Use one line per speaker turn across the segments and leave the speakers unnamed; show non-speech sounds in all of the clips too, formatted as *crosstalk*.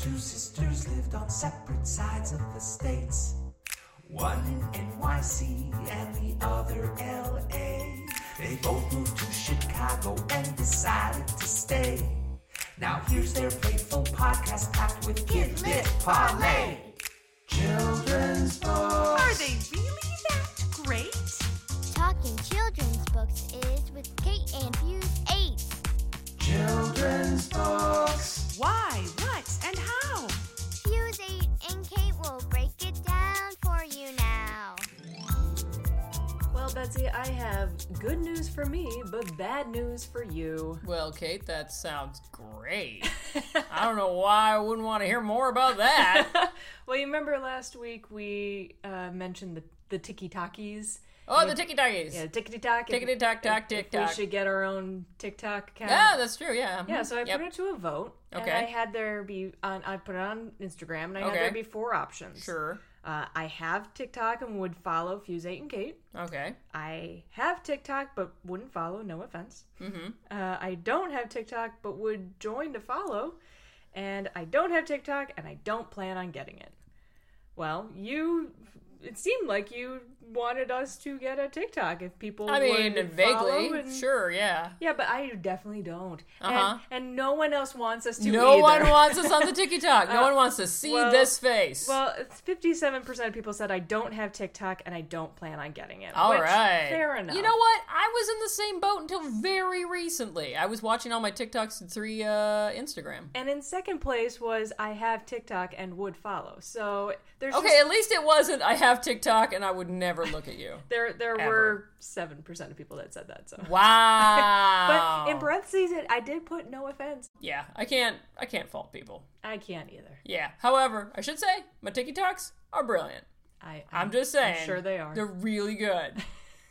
Two sisters lived on separate sides of the states. One in NYC and the other LA. They both moved to Chicago and decided to stay. Now here's their playful podcast packed with kid lit parlay. Children's books.
Are they really that great?
Talking children's books is with Kate and Fuse 8.
Children's books.
Why, what, and how?
Fuse 8 and Kate will break it down for you now.
Well, Betsy, I have good news for me, but bad news for you.
Well, Kate, that sounds great. I don't know why I wouldn't want to hear more
*laughs*
about that.
*laughs* Well, you remember last week we uh, mentioned the, the ticky tackies?
Oh, the ticky tackies.
Yeah, ticky tack.
Tickety-tock, tock, tick,
We
tock.
should get our own TikTok account.
Yeah, that's true. Yeah.
Yeah, so I
Yep.
put it to a vote. And
Okay.
I had there be on. I put it on Instagram, and I
Okay.
had there be four options.
Sure.
Uh, I have TikTok and would follow Fuse Eight and Kate.
Okay.
I have TikTok but wouldn't follow. No offense. Mm-hmm. Uh, I don't have TikTok but would join to follow, and I don't have TikTok and I don't plan on getting it. Well, you. It seemed like you wanted us to get a TikTok if people.
I mean,
would follow
vaguely.
and-
Sure. Yeah.
Yeah, but I definitely don't.
Uh-huh.
And, and no one else wants us to.
No
either.
one wants
*laughs*
us on the ticky tock. No
Uh,
one wants to see
well-
this face.
Well, fifty-seven percent of people said I don't have TikTok and I don't plan on getting it.
All right,
which, fair enough.
You know what? I was in the same boat until very recently. I was watching all my TikToks and three uh, Instagram.
And in second place was I have TikTok and would follow. So there's
Okay,
just,
at least it wasn't. I have TikTok and I would never look
*laughs*
at you.
there there
Ever.
were seven percent of people that said that. So,
Wow.
but in parentheses, it, I did put no offense.
yeah, I can't. I can't fault people.
I can't either.
Yeah. However, I should say my TikToks are brilliant.
I
I'm just saying.
sure they are.
They're
*laughs*
really good.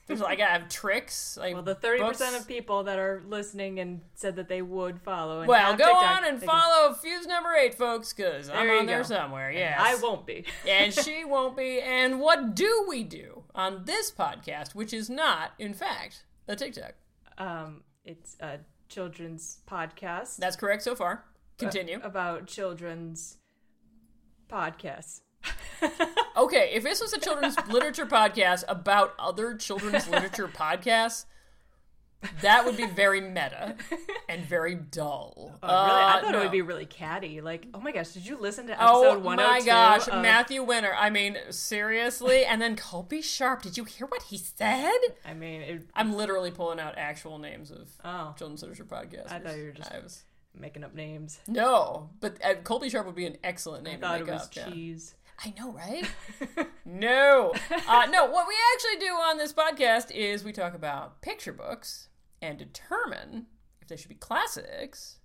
There's like I have tricks. Like
well, the thirty percent
books.
of people that are listening and said that they would follow. And
Well,
have
go
TikTok,
on and
they can-
follow Fuse Number Eight, folks, because I'm
There you
on there
go.
somewhere. Yes,
I won't be.
*laughs* and she won't be. And what do we do on this podcast, which is not, in fact, a TikTok?
um, it's a children's podcast
That's correct so far.
Uh,
Continue.
about children's podcasts. *laughs*
Okay, if this was a children's literature podcast about other children's
*laughs*
literature podcasts, that would be very meta and very dull.
Oh, really? I
Uh,
thought it
no.
would be really catty. Like, oh my gosh, did you listen to episode
Oh
102?
my gosh,
of-
Matthew Winter. I mean, seriously? And then Colby Sharp. Did you hear what he said?
I mean, it,
I'm literally pulling out actual names of
oh,
children's literature podcasts.
I thought you were just-
was...
making up names.
No, but uh, Colby Sharp would be an excellent name
I thought
to
it
make
was
up. yeah.
cheese.
I
*laughs*
know, right? no. Uh, no, what we actually do on this podcast is we talk about picture books and determine if they should be classics.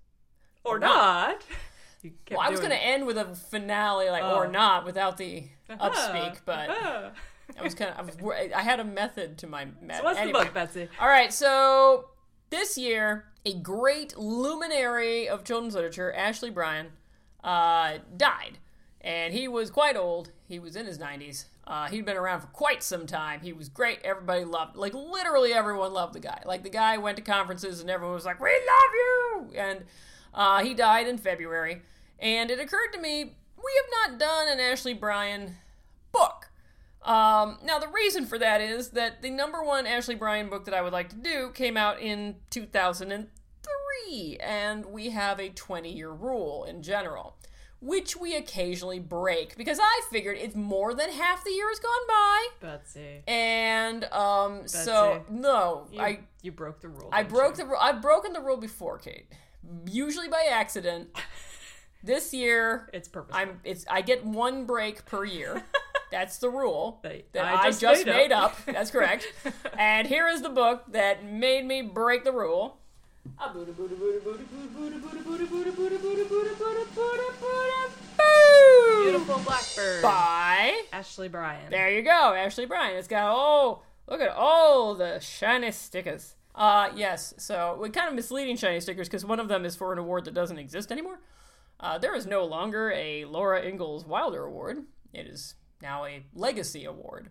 Or not. *laughs* You kept
Well, I was
doing
going to end with a finale like or
Oh. Uh-huh.
not without the
it.
upspeak, but
Ah.
I was kind of I, was, I had a method to my method.
So what's
Anyway.
the book, Betsy?
All right, so this year, a great luminary of children's literature, Ashley Bryan, uh, died. And he was quite old. He was in his 90s. Uh, he'd been around for quite some time. He was great. Everybody loved, like literally everyone loved the guy. Like the guy went to conferences and everyone was like, "We love you!" And uh, he died in February. And it occurred to me, we have not done an Ashley Bryan book. Um, now, the reason for that is that the number one Ashley Bryan book that I would like to do came out in 2003, and we have a 20 year rule in general, which we occasionally break because I figured it's more than half the year has gone by.
Betsy.
And um, so,
it.
no,
You,
I,
you broke the rule.
I
didn't
broke
you?
the rule. I've broken the rule before, Kate, usually by
*laughs*
accident. this year,
It's purposeful.
I'm it's I get one break
*laughs*
per year. That's the rule
That
that
I
I
just
just,
made
made,
up.
up. That's
*laughs*
correct. and here is the book that made me break the rule. A booty, booty, booty, booty, booty, booty, booty, booty, booty, booty, booty, booty, booty, booty, booty, boo!
Beautiful Blackbird.
Bye.
Ashley Bryan.
There you go, Ashley Bryan. It's got oh, look at all the shiny stickers. Uh, yes. So we're kind of misleading shiny stickers because one of them is for an award that doesn't exist anymore. Uh, there is no longer a Laura Ingalls Wilder Award. It is now a Legacy Award.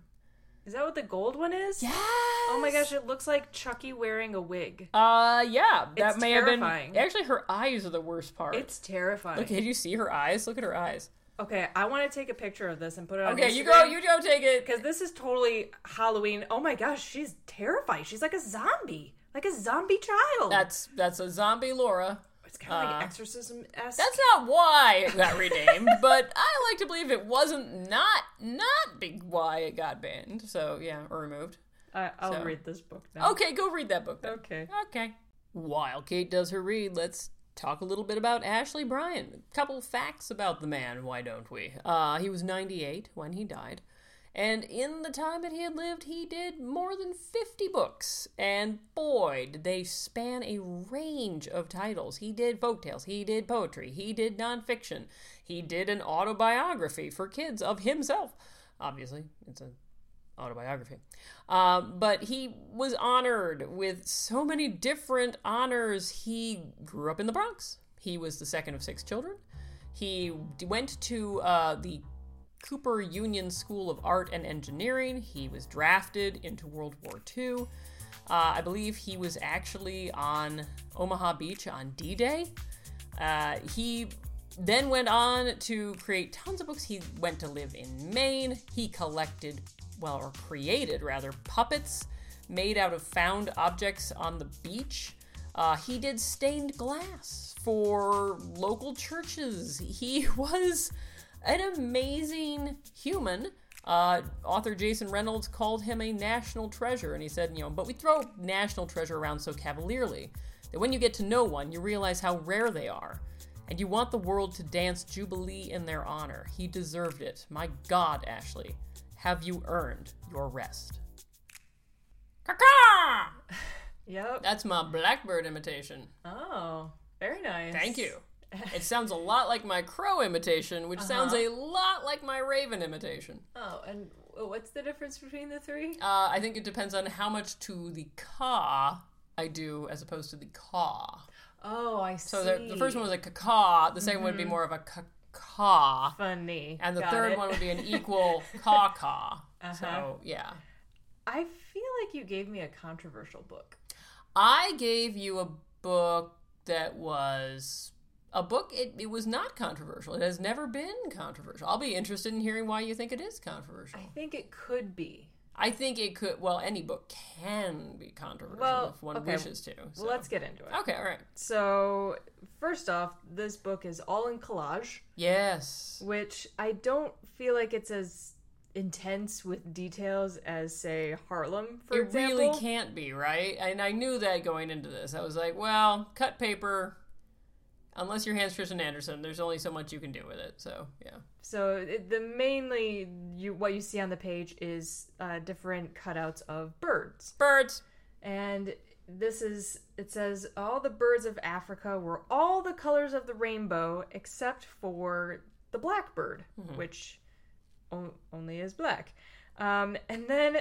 Is that what the gold one is?
Yes.
Oh my gosh, it looks like Chucky wearing a wig.
Uh, yeah, that
It's
may have
terrifying.
been. Actually, her eyes are the worst part.
It's terrifying.
Look,
Okay,
did you see her eyes? Look at her eyes.
I want to take a picture of this and put it on
Okay, you go. You go. Take it.
because this is totally Halloween. Oh my gosh, she's terrifying. She's like a zombie, like a zombie child.
That's that's a zombie Laura.
it's kind of
uh,
like exorcism esque.
That's not why
*laughs*
it got renamed, but I like to believe it wasn't not not big why it got banned. So yeah, or removed.
I, I'll
so-
read this book now.
Okay, go read that book. Then.
Okay.
Okay. While Kate does her read, let's talk a little bit about Ashley Bryan. A couple facts about the man, why don't we? Uh, he was 98 when he died. And in the time that he had lived, he did more than 50 books. And boy, did they span a range of titles. He did folktales, he did poetry, he did nonfiction, he did an autobiography for kids of himself. Obviously, it's a autobiography. Um, but he was honored with so many different honors. He grew up in the Bronx. He was the second of six children. He d- went to uh, the Cooper Union School of Art and Engineering. He was drafted into World War II. Uh, I believe he was actually on Omaha Beach on D Day. Uh, he then went on to create tons of books. He went to live in Maine. He collected, well, or created rather, puppets made out of found objects on the beach. Uh, he did stained glass for local churches. He *laughs* was an amazing human. Uh, author Jason Reynolds called him a national treasure, and he said, you know, but we throw national treasure around so cavalierly that when you get to know one, you realize how rare they are, and you want the world to dance jubilee in their honor. He deserved it. My God, Ashley, have you earned your rest? Caw-caw!
Yep.
That's my blackbird imitation.
Oh, very nice. *laughs*
Thank you. It sounds a lot like my crow imitation, which sounds a lot like my raven imitation.
Oh, and what's the difference between the three?
Uh, I think it depends on how much to the ka I do as opposed to the caw.
Oh, I see.
So the, the first one was a caw, the 2nd one would be more of a caw,
funny,
and the
Got
third
it. Uh-huh.
one
*laughs*
would be an equal caw caw. So yeah,
I feel like you gave me a controversial book.
I gave you a book that was a book. It, it was not controversial. It has never been controversial. I'll be interested in hearing why you think it is controversial.
I think it could be.
I think it could. Well, any book can be controversial
Well,
if one
okay.
wishes to. So.
Well, let's get into it.
okay, all right.
So, first off, this book is all in collage,
Yes.
which I don't feel like it's as intense with details as, say, Harlem, for
it
example.
really can't be right, and I knew that going into this. I was like, well, cut paper. Unless your hand's Tristan Anderson, there's only so much you can do with it. So yeah.
So it, the mainly you what you see on the page is uh, different cutouts of birds,
Birds.
and this is it says all the birds of Africa were all the colors of the rainbow except for the blackbird,
Mm-hmm.
which on- only is black. Um, and then,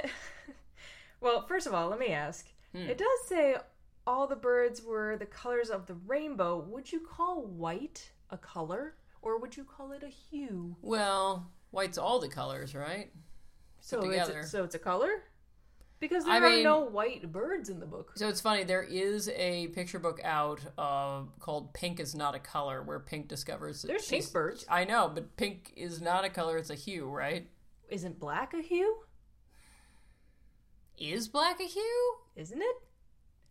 *laughs* well, first of all, let me ask.
Hmm.
It does say all the birds were the colors of the rainbow. Would you call white a color, or would you call it a hue?
Well, white's all the colors, right?
So
together.
it's so it's a color because there
I
are
mean-
no white birds in the book.
So it's funny. There is a picture book out uh, called "Pink is Not a Color," where Pink discovers that
There's pink
she's-
birds.
I know, but pink is not a color; it's a hue, right?
Isn't black a hue?
Is black a hue?
Isn't it?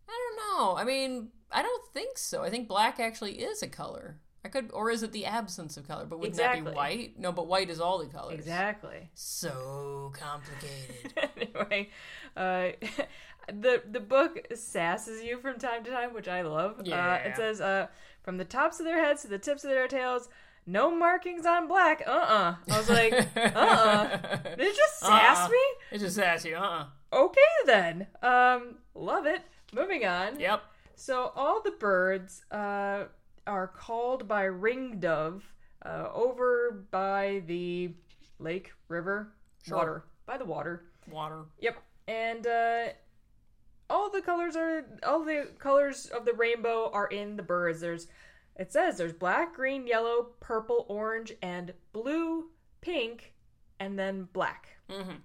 I don't know. I mean, I don't think so. I think black actually is a color. I could, or is it the absence of color? But wouldn't that
Exactly.
be white? No, but white is all the colors.
Exactly. *laughs*
So complicated.
anyway, uh, *laughs* the the book sasses you from time to time, which I love. Uh,
Yeah.
it says uh, from the tops of their heads to the tips of their tails, no markings on black. Uh uh I was *laughs*
*laughs*
like, uh uh Did it just sass
Uh-uh.
me?
it just asks you, uh,
Okay then. Um, love it. Moving on.
yep.
So all the birds uh, are called by ringdove uh, over by the lake, river, water, by the water.
Water.
Yep. And uh, all the colors are all the colors of the rainbow are in the birds. There's it says there's black, green, yellow, purple, orange, and blue, pink, and then black.
Mhm.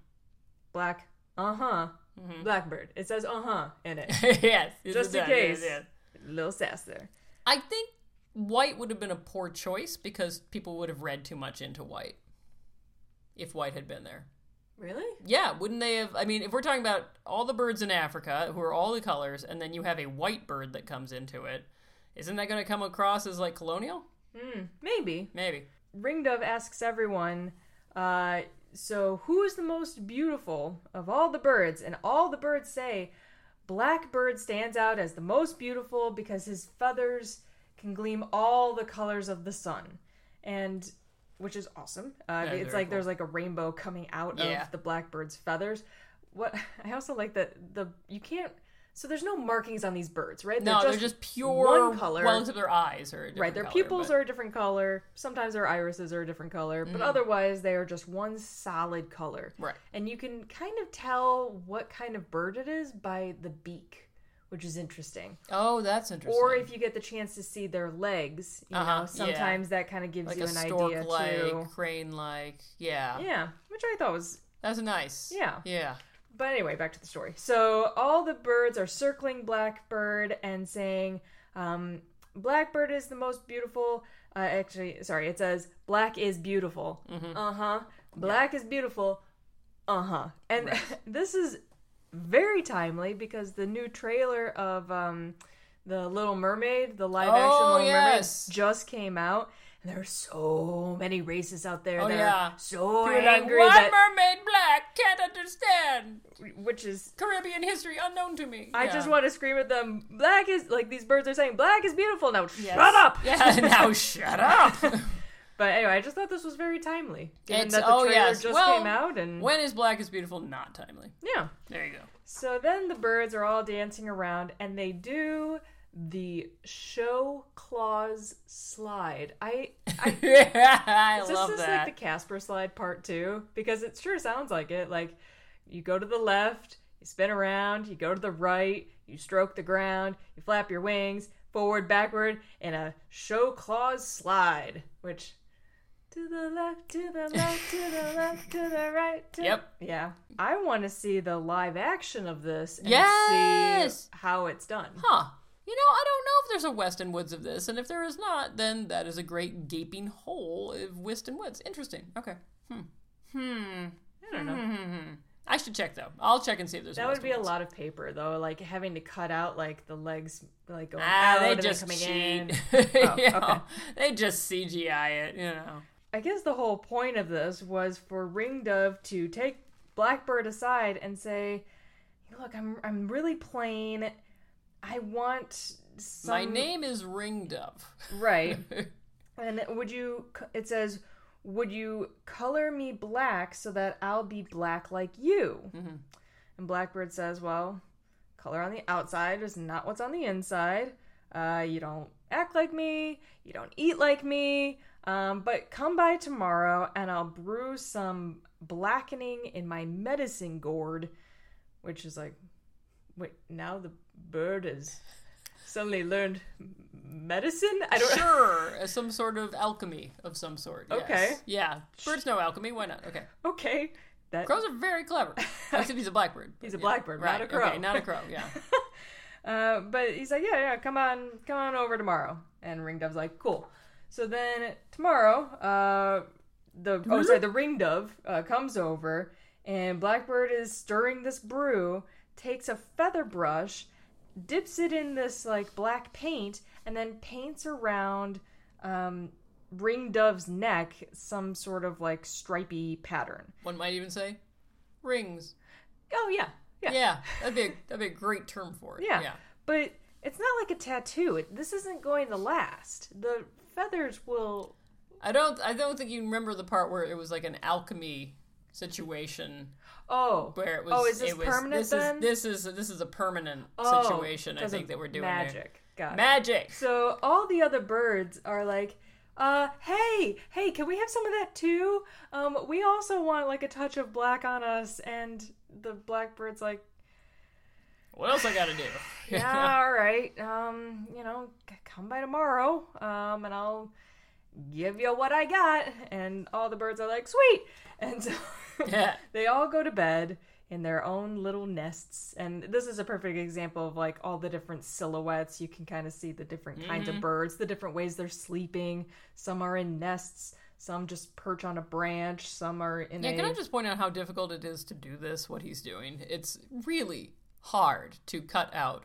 Black. Uh huh. Blackbird. It says uh huh in it.
*laughs* yes. Mm-hmm. *laughs* it
Just in
does, yes,
case.
yes.
Little sass there.
I think white would have been a poor choice because people would have read too much into white if white had been there.
Really?
Yeah, wouldn't they have? I mean, if we're talking about all the birds in Africa who are all the colors, and then you have a white bird that comes into it, isn't that going to come across as like colonial?
Hmm. Maybe.
Maybe.
Ringdove asks everyone, uh, so who is the most beautiful of all the birds? And all the birds say, Blackbird stands out as the most beautiful because his feathers can gleam all the colors of the sun. And which is awesome. Uh,
Yeah,
it's
very
like there's like a rainbow coming out
Yeah.
of the blackbird's feathers. What *laughs* I also like that the you can't so there's no markings on these birds, right?
No, they're just, pure
one color.
Well, except their eyes are a different
Right, their
color,
pupils
but- Mm-hmm.
are a different color. Sometimes their irises are a different color, but otherwise they are just one solid color.
Right.
And you can kind of tell what kind of bird it is by the beak, which is interesting.
Oh, that's interesting.
Or if you get the chance to see their legs, you
Uh-huh,
know,
yeah.
sometimes that kind of gives
like
you
a
an idea
stork like,
too.
crane like. Yeah.
Yeah, which I thought was
That's nice.
Yeah.
Yeah.
But anyway, back to the story. So all the birds are circling Blackbird and saying, um, Blackbird is the most beautiful. Uh, actually, sorry, it says, Black is beautiful.
Mm-hmm.
Uh huh. Black is beautiful. Uh huh. And *laughs* this is very timely because the new trailer of um, The Little Mermaid, the live action
Oh,
Little
yes.
Mermaid, just came out. And there are so many racists out there
Oh,
that
yeah.
are so
You're like,
angry
one
that,
mermaid black can't understand
which is
Caribbean history unknown to me.
I
Yeah.
just want to scream at them. Black is like these birds are saying. Black is beautiful. Now
Yes.
shut up.
Yeah, *laughs* now shut up.
*laughs*
*laughs*
But anyway, I just thought this was very timely, given
It's-
that the
oh,
trailer
yes.
just
Well,
came out and
when is black is beautiful not timely?
yeah.
There you go.
So then the birds are all dancing around and they do the show claws slide. I I
yeah, *laughs* I
Is
love
this is
that.
like the Casper slide part two because it sure sounds like it. Like you go to the left, you spin around, you go to the right, you stroke the ground, you flap your wings forward, backward, in a show claws slide. Which to the left, to the left, to the left, to the right. To
Yep.
Yeah. I want to see the live action of this and
Yes!
see how it's done.
huh. You know, I don't know if there's a Weston Woods of this, and if there is not, then that is a great gaping hole of Weston Woods. Interesting. Okay. Hmm.
I don't know. *laughs*
I should check though. I'll check and see if there's.
That would be a
Weston Woods.
lot of paper, though. Like having to cut out like the legs, like going
Ah,
out
they
and then
just
coming in.
cheat.
Oh,
*laughs* You know,
okay.
They just CGI it. You know.
I guess the whole point of this was for Ringdove to take Blackbird aside and say, "Look, I'm I'm really plain. I want some
My name is Ringdove.
right? and would you? It says." Would you color me black so that I'll be black like you? And Blackbird says, Well, color on the outside is not what's on the inside. Uh, you don't act like me. You don't eat like me. Um, but come by tomorrow and I'll brew some blackening in my medicine gourd, which is like, wait, now the bird has suddenly learned medicine? *laughs* I don't
Sure, as some sort of alchemy of some sort. yes.
Okay.
Yeah. Birds know alchemy. Why not? Okay.
Okay. That,
Crows are very clever. Except he's a blackbird.
He's a
Yeah.
blackbird, not
Right,
a crow. *laughs*
Okay, not a crow. Yeah.
Uh, but he's like, yeah, yeah, come on, come on over tomorrow. And Ring Dove's like, cool. So then tomorrow, uh, the oh sorry, the Ring Dove uh, comes over, and Blackbird is stirring this brew, takes a feather brush, dips it in this like black paint, and then paints around um, Ring Dove's neck some sort of like stripy pattern.
One might even say rings.
Oh yeah, yeah,
Yeah, that'd be a, that'd be a great term for it.
Yeah. But it's not like a tattoo. It, this isn't going to last. The feathers will.
I don't I don't think you remember the part where it was like an alchemy situation
Oh.
where it was.
Oh, is this
it was,
permanent
This
then?
is this is this is a permanent
Oh,
situation. I
'cause
think
of
that we're doing here.
magic. Got it.
Magic.
So all the other birds are like, uh, hey, hey, can we have some of that too? Um, we also want like a touch of black on us. And the blackbird's like,
What else I got to
*laughs*
do? *laughs*
yeah, all right. Um, you know, c- come by tomorrow. Um, and I'll give you what I got. *laughs* And all the birds are like, sweet. And so. *laughs*
yeah.
They all go to bed. in their own little nests. And this is a perfect example of like all the different silhouettes. You can kind of see the different kinds
Mm-hmm.
of birds, the different ways they're sleeping. Some are in nests, some just perch on a branch, some are in
Yeah,
a
can I just point out how difficult it is to do this, what he's doing? It's really hard to cut out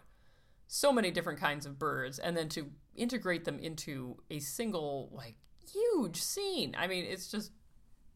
so many different kinds of birds and then to integrate them into a single, like, huge scene. I mean, it's just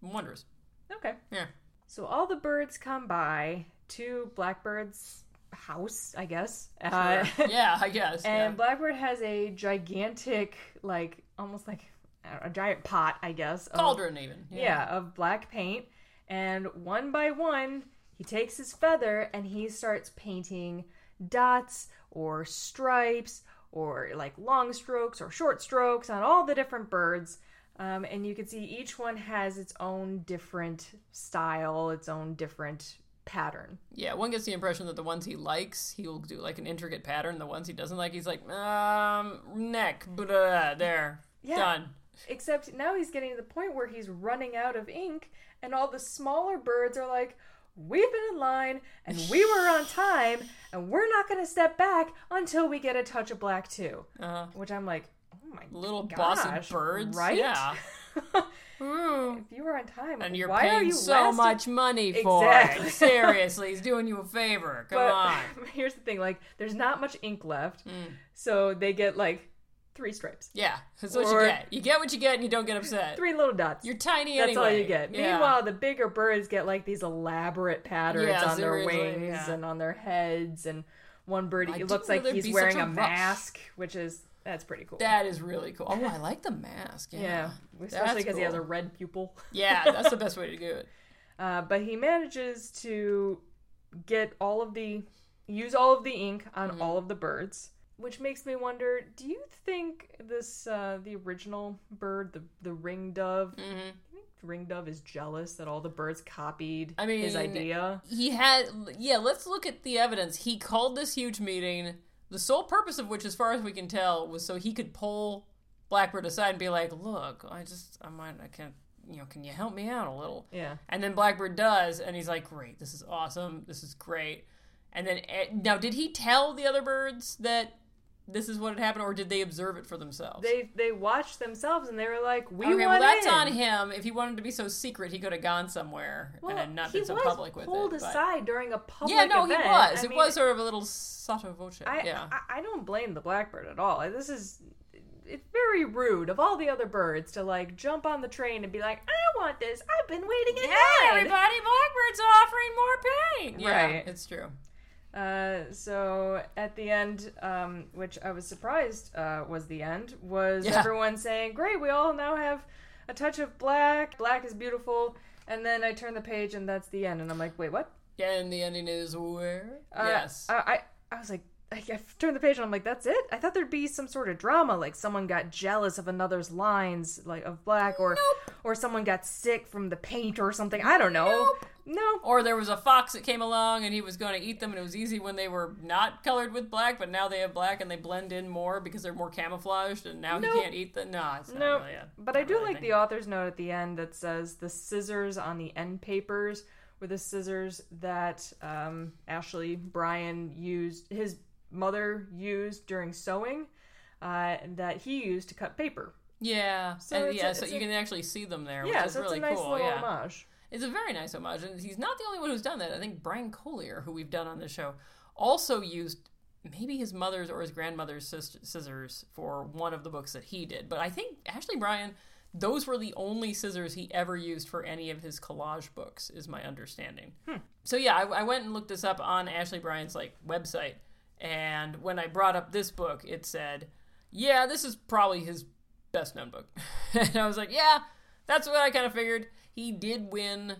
wondrous.
Okay.
Yeah.
So all the birds come by to Blackbird's house, I guess. Uh,
yeah, I
*laughs*
guess.
And
yeah.
Blackbird has a gigantic, like almost like I don't know, a giant pot, I guess. of-
Cauldron, even.
yeah, of black paint. And one by one, he takes his feather and he starts painting dots or stripes or like long strokes or short strokes on all the different birds. Um, and you can see each one has its own different style, its own different pattern.
Yeah, one gets the impression that the ones he likes, he will do like an intricate pattern. The ones he doesn't like, he's like, um, neck, blah, there,
Yeah.
done.
Except now he's getting to the point where he's running out of ink, and all the smaller birds are like, We've been in line, and we were
*laughs*
on time, and we're not going to step back until we get a touch of black, too.
Uh,
Which I'm like, Oh my
little
gosh.
bossy birds,
Right? *laughs*
Yeah. Hmm.
if you were on time,
And you're
why
paying
are you
so
lasting-
much money for
Exactly. *laughs*
it. *laughs* Seriously, he's doing you a favor. Come
But
on.
*laughs*
Hmm.
here's the thing like, there's not much ink left, so they get like three stripes,
Yeah, that's what
Or-
you get. You get what you get, and you don't get upset.
three little dots.
You're tiny
That's
anyway.
all you get.
Yeah.
Meanwhile, the bigger birds get like these elaborate patterns
Yeah,
on their
seriously,
wings
yeah.
and on their heads, and one bird
I
it looks
didn't
like
know there'd
he's
be
wearing
such
a,
a rush.
mask, which is that's pretty cool.
that is really cool. Oh, I like the mask. Yeah,
yeah, especially
That's
because he has a
cool.
red pupil. *laughs*
yeah, that's the best way to do it.
Uh, but he manages to get all of the use all of the ink on
Mm-hmm.
all of the birds, which makes me wonder: Do you think this uh, the original bird, the the ring dove?
Mm. Mm-hmm.
do you think the Ring dove is jealous that all the birds copied
I mean,
his idea.
he had yeah let's look at the evidence he called this huge meeting the sole purpose of which as far as we can tell was so he could pull blackbird aside and be like look i just i might i can't you know can you help me out a little
Yeah.
and then blackbird does and he's like great this is awesome this is great and then eh, now did he tell the other birds that this is what had happened or did they observe it for themselves
They they watched themselves and they were like, "We
okay well
want
that's
in.
on him if he wanted to be so secret he could have gone somewhere
Well,
and not
he
been so
was
public with
pulled
it but-
aside during a public.
yeah, no,
event.
he was.
I
it
mean,
was sort of a little sotto voce.
I,
yeah.
I I don't blame the blackbird at all. This is it's very rude of all the other birds to like jump on the train and be like, "I want this. I've been waiting in line."
Blackbird's offering more pain. Yeah,
Right.
it's true.
Uh, so at the end, um, which I was surprised uh, was the end, was
Yeah.
everyone saying, "Great, we all now have a touch of black. Black is beautiful." And then I turn the page, and that's the end. And I'm like, "Wait, what?"
Yeah, and the ending is where?
Uh,
yes.
I, I I was like, I, I turned the page and I'm like, that's it. I thought there'd be some sort of drama, like someone got jealous of another's lines, like of black, or or someone got sick from the paint or something. I don't know. No.
or there was a fox that came along and he was going to eat them, and it was easy when they were not colored with black, but now they have black and they blend in more because they're more camouflaged, and now
Nope.
he can't eat them. No, it's not
No,
really a-
but I
not
do
really a
like
thing.
the author's note at the end that says the scissors on the end papers were the scissors that um, Ashley Bryan used, his mother used during sewing, uh, that he used to cut paper.
Yeah,
So
and
it's a-
yeah, so
it's
you
a-
can actually see them there,
yeah,
which is
so
really
it's a nice
cool.
little
yeah.
homage.
It's a very nice homage, and he's not the only one who's done that. I think Brian Collier, who we've done on this show, also used maybe his mother's or his grandmother's sis- scissors for one of the books that he did. But I think Ashley Bryan, those were the only scissors he ever used for any of his collage books, is my understanding. So yeah, I, I went and looked this up on Ashley Bryan's like website, and when I brought up this book, it said, "Yeah, this is probably his best known book. *laughs* and I was like, yeah, that's what I kind of figured. He did win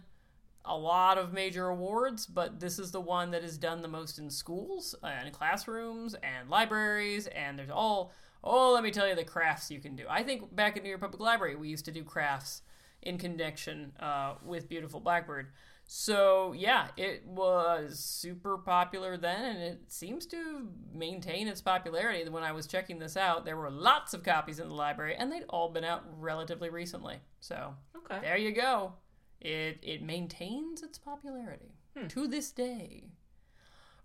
a lot of major awards, but this is the one that is done the most in schools and classrooms and libraries. And there's all, oh, let me tell you the crafts you can do. I think back at New York Public Library, we used to do crafts in connection uh, with Beautiful Blackbird. So yeah, it was super popular then, and it seems to maintain its popularity. When I was checking this out, there were lots of copies in the library, and they'd all been out relatively recently. So
Okay.
there you go. It it maintains its popularity.
Hmm.
to this day.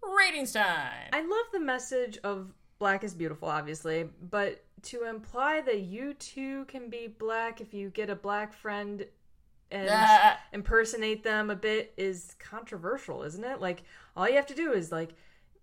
Ratings time.
I love the message of black is beautiful, obviously, but to imply that you too can be black if you get a black friend and
Ah.
impersonate them a bit is controversial, isn't it? Like all you have to do is like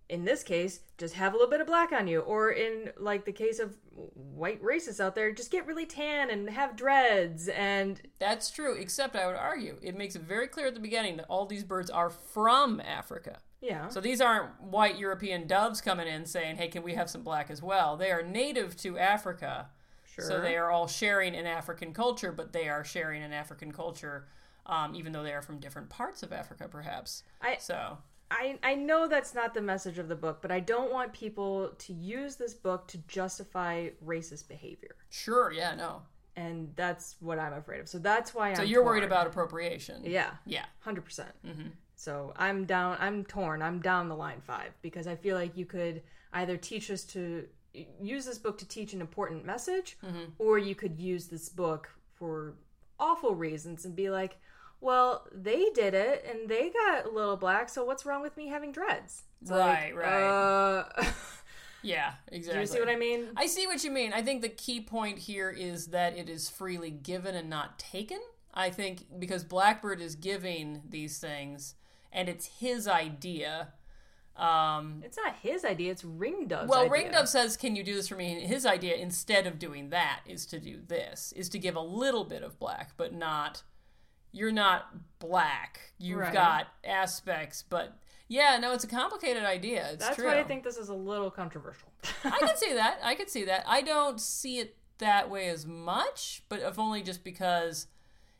in this case, just have a little bit of black on you, or in like the case of white racists out there, just get really tan and have dreads and
That's true, except I would argue it makes it very clear at the beginning that all these birds are from Africa.
yeah.
So these aren't white European doves coming in saying, hey, can we have some black as well? They are native to Africa.
sure.
So they are all sharing an African culture, but they are sharing an African culture, um, even though they are from different parts of Africa, perhaps.
I-
so
I, I know that's not the message of the book, but I don't want people to use this book to justify racist behavior.
sure, yeah, no.
And that's what I'm afraid of. So that's why
So
I'm
you're
torn.
worried about appropriation.
Yeah.
Yeah.
100%. percent
Mm-hmm.
So I'm down I'm torn. I'm down the line 5 because I feel like you could either teach us to use this book to teach an important message
Mm-hmm.
or you could use this book for awful reasons and be like, "Well, they did it and they got a little black, so what's wrong with me having dreads?" It's
Right,
like,
right.
Uh, *laughs*
Yeah, exactly.
Do you see what I mean?
I see what you mean. I think the key point here is that it is freely given and not taken. I think because Blackbird is giving these things and it's his idea. Um,
It's not his idea. It's Ringdove's
well,
idea.
Ringdove says, Can you do this for me? And his idea, instead of doing that, is to do this, is to give a little bit of black, but not, you're not black. You've
Right.
got aspects, but yeah, no, it's a complicated idea. It's
That's
true.
why I think this is a little controversial.
I could see that. I could see that. I don't see it that way as much, but if only just because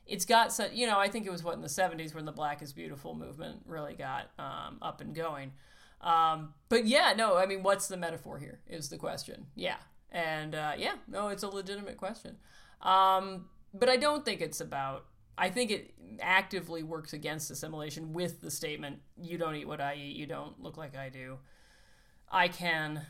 it's got so you know, I think it was what in the seventies when the Black is Beautiful movement really got um, up and going. Um, but yeah, no, I mean, what's the metaphor here is the question. Yeah, and uh, yeah, no, it's a legitimate question. Um, but I don't think it's about. I think it actively works against assimilation with the statement, "You don't eat what I eat. You don't look like I do." I can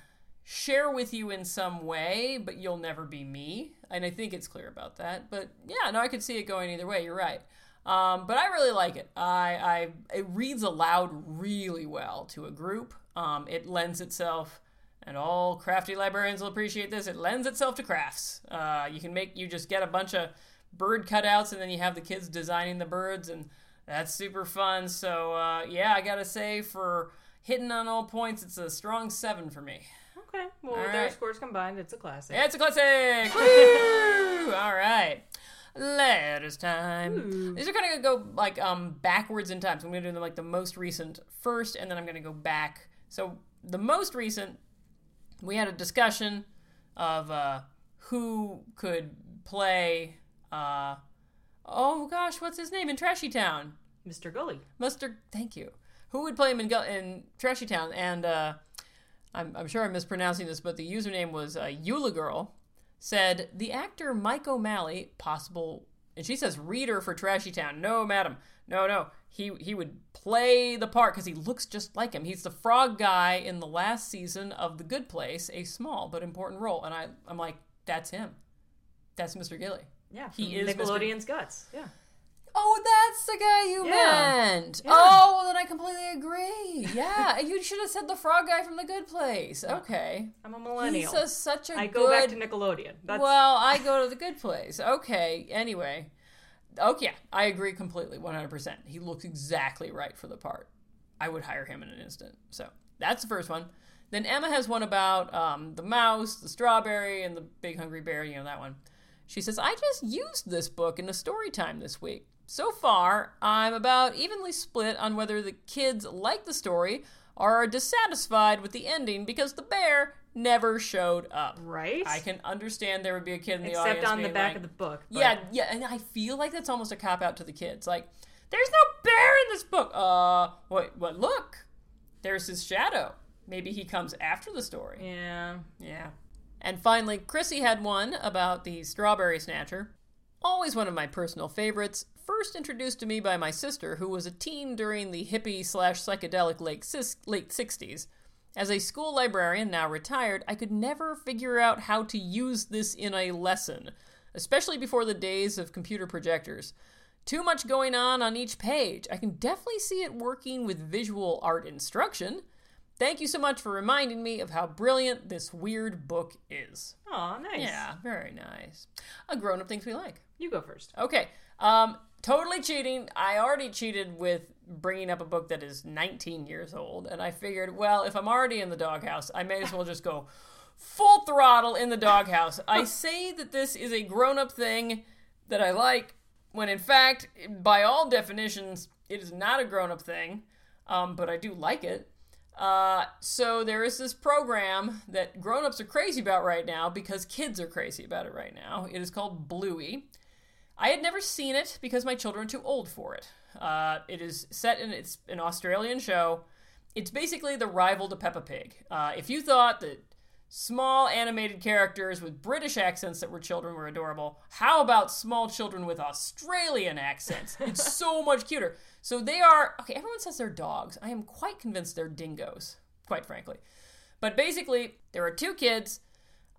share with you in some way, but you'll never be me. And I think it's clear about that. But yeah, no, I could see it going either way. You're right. Um, but I really like it. I, I it reads aloud really well to a group. Um, it lends itself, and all crafty librarians will appreciate this. It lends itself to crafts. Uh, you can make you just get a bunch of bird cutouts, and then you have the kids designing the birds, and that's super fun. So uh, yeah, I gotta say for hitting on all points, it's a strong seven for me.
*laughs* okay. Well,
All
with their
right.
scores combined, it's a classic.
It's a classic. Woo! All right. Letters time. These are kind of gonna go like um backwards in time. So I'm gonna do them like the most recent first, and then I'm gonna go back. So the most recent, we had a discussion of uh, who could play. Uh, oh gosh, what's his name in Trashy Town?
Mr. Gully.
Mustard. Thank you. Who would play him in, Gu- in Trashy Town? And uh, I'm, I'm sure I'm mispronouncing this, but the username was uh, Eula Girl. Said the actor Mike O'Malley, possible, and she says reader for Trashy Town. No, madam, no, no. He he would play the part because he looks just like him. He's the frog guy in the last season of The Good Place, a small but important role. And I I'm like, that's him. That's Mr. Gilly.
Yeah.
He
from
is Mr.
Nickelodeon's guts. Yeah.
Oh, that's the guy you
Yeah.
meant. Oh, well, then I completely agree. Yeah, you should have said the frog guy from The Good Place. Okay.
I'm a
He
millennial.
says such a
I
good.
go back to Nickelodeon. That's
well, I go to The Good Place. Okay. Anyway. Okay, I agree completely, 100%. He looks exactly right for the part. I would hire him in an instant. So that's the first one. Then Emma has one about um, the mouse, the strawberry, and the big hungry bear. You know that one. She says, I just used this book in a story time this week. So far, I'm about evenly split on whether the kids like the story or are dissatisfied with the ending because the bear never showed up.
right.
I can understand there would be a kid in the audience
Except on the
being
back
like,
of the book. but-
yeah, yeah, and I feel like that's almost a cop out to the kids. Like, there's no bear in this book. Uh, what? What? Look, there's his shadow. Maybe he comes after the story.
Yeah.
Yeah. And finally, Chrissy had one about the strawberry snatcher. Always one of my personal favorites. First introduced to me by my sister, who was a teen during the hippie slash psychedelic late, sis- late 60s. As a school librarian, now retired, I could never figure out how to use this in a lesson, especially before the days of computer projectors. Too much going on on each page. I can definitely see it working with visual art instruction. Thank you so much for reminding me of how brilliant this weird book is.
Aw, nice.
Yeah, very nice. A grown up things we like.
You go first.
Okay. Um, totally cheating. I already cheated with bringing up a book that is 19 years old, and I figured, well, if I'm already in the doghouse, I may as well just go full throttle in the doghouse. I say that this is a grown up thing that I like, when in fact, by all definitions, it is not a grown up thing, um, but I do like it. Uh, so there is this program that grown ups are crazy about right now because kids are crazy about it right now. It is called Bluey. I had never seen it because my children are too old for it. Uh, it is set in it's an Australian show. It's basically the rival to Peppa Pig. Uh, if you thought that small animated characters with British accents that were children were adorable, how about small children with Australian accents? It's so much cuter. So they are okay. Everyone says they're dogs. I am quite convinced they're dingoes. Quite frankly, but basically there are two kids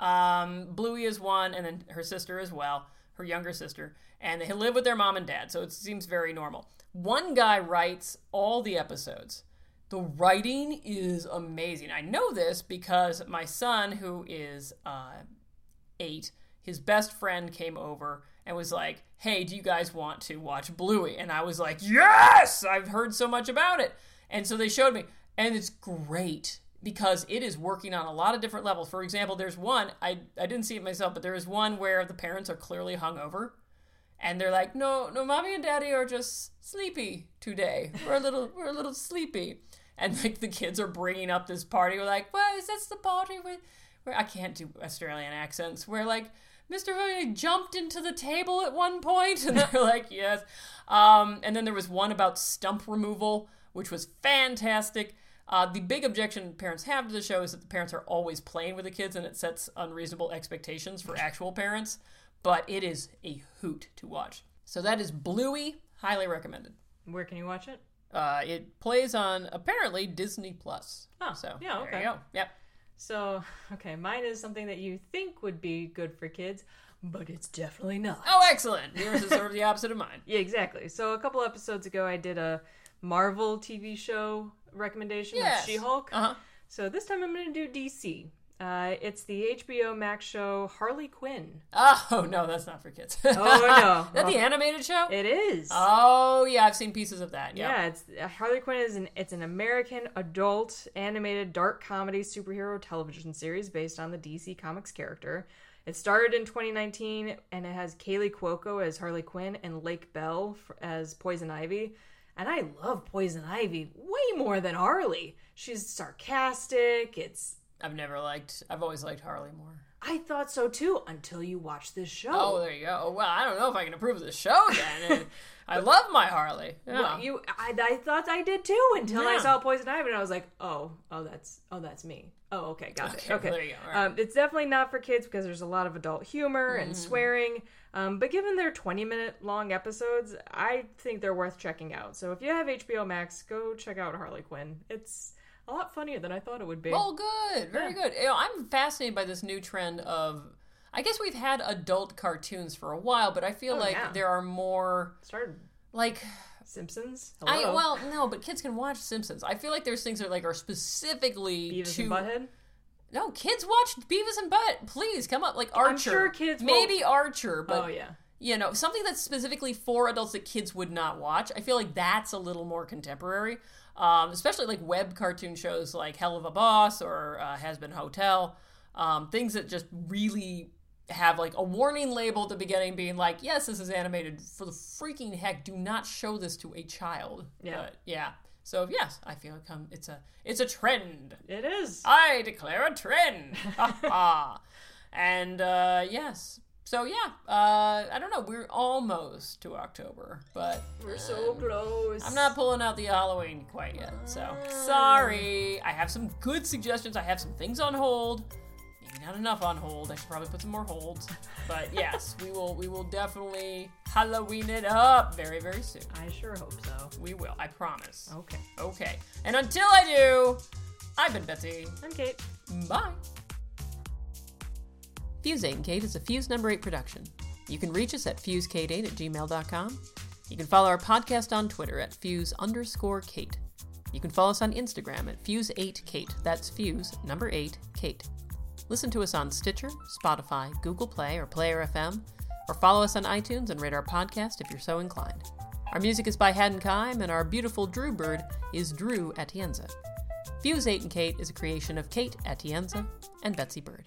um, Bluey is one, and then her sister as well, her younger sister, and they live with their mom and dad, so it seems very normal. One guy writes all the episodes. The writing is amazing. I know this because my son, who is uh, eight, his best friend came over and was like, Hey, do you guys want to watch Bluey? And I was like, Yes! I've heard so much about it. And so they showed me. And it's great because it is working on a lot of different levels. For example, there's one, I, I didn't see it myself, but there is one where the parents are clearly hungover. And they're like, no, no, mommy and daddy are just sleepy today. We're a little, we're a little sleepy. And like the kids are bringing up this party. We're like, well, is this the party where, where I can't do Australian accents? Where like Mr. Villiers jumped into the table at one point, and they're like, *laughs* yes. Um, and then there was one about stump removal, which was fantastic. Uh, the big objection parents have to the show is that the parents are always playing with the kids, and it sets unreasonable expectations for actual parents. But it is a hoot to watch. So that is Bluey, highly recommended.
Where can you watch it?
Uh, it plays on apparently Disney Plus.
Oh,
so
yeah,
there
okay.
you go. Yep.
So, okay, mine is something that you think would be good for kids, but it's definitely not.
Oh, excellent. Yours is
*laughs*
sort of the opposite of mine.
Yeah, exactly. So a couple episodes ago, I did a Marvel TV show recommendation
Yes.
of She-Hulk.
Uh huh.
So this time I'm going to do DC. Uh, it's the HBO Max show Harley Quinn.
Oh no, that's not for kids. Oh
no.
*laughs* is that the animated show?
It is.
oh yeah, I've seen pieces of that. Yeah.
yeah, it's uh, Harley Quinn is an it's an American adult animated dark comedy superhero television series based on the DC Comics character. It started in 2019 and it has Kaylee Cuoco as Harley Quinn and Lake Bell f- as Poison Ivy. And I love Poison Ivy way more than Harley. She's sarcastic. It's
I've never liked. I've always liked Harley more.
I thought so too until you watch this show.
Oh, there you go. Oh, well, I don't know if I can approve of the show
*laughs*
then. I love my Harley. Yeah.
Well, you, I, I thought I did too until I
Yeah.
saw Poison Ivy, and I was like, oh, oh, that's, oh, that's me. Oh, okay, got
Okay,
it. Okay,
there you go, all right. Mm-hmm.
um, it's definitely not for kids because there's a lot of adult humor and swearing. Um, but given their 20 minute long episodes, I think they're worth checking out. So if you have HBO Max, go check out Harley Quinn. It's a lot funnier than I thought it would be.
Oh, good. Very good. You know, I'm fascinated by this new trend of. I guess we've had adult cartoons for a while, but I feel like
Oh, yeah.
there are more
Started
like
Simpsons. Hello.
I well no, but kids can watch Simpsons. I feel like there's things that like are specifically
Beavis
to
and Butthead.
no kids watched Beavis and Butt. Please come up like Archer.
sure kids will-
maybe Archer, but
oh yeah.
you know something that's specifically for adults that kids would not watch i feel like that's a little more contemporary um, especially like web cartoon shows like hell of a boss or uh, has been hotel um, things that just really have like a warning label at the beginning being like yes this is animated for the freaking heck do not show this to a child
Yeah.
But, yeah so yes i feel it come it's a it's a trend
It is.
I declare a trend. Ha, ha. and uh, yes, so yeah, uh, I don't know. We're almost to October, but
We're so close.
I'm not pulling out the Halloween quite yet. So sorry. I have some good suggestions. I have some things on hold. Maybe not enough on hold. I should probably put some more holds. But yes, we will. We will definitely Halloween it up very, very soon.
I sure hope so.
We will. I promise.
Okay.
Okay. And until I do, I've been Betsy.
I'm Kate.
Bye. Fuse 8 and Kate is a Fuse number 8 production. You can reach us at fusecate8 at gmail.com. You can follow our podcast on Twitter at fuse underscore Kate. You can follow us on Instagram at fuse8kate. That's fuse number 8 Kate. Listen to us on Stitcher, Spotify, Google Play, or Player FM, or follow us on iTunes and rate our podcast if you're so inclined. Our music is by Haddon Kime, and our beautiful Drew Bird is Drew Atienza. Fuse 8 and Kate is a creation of Kate Atienza and Betsy Bird.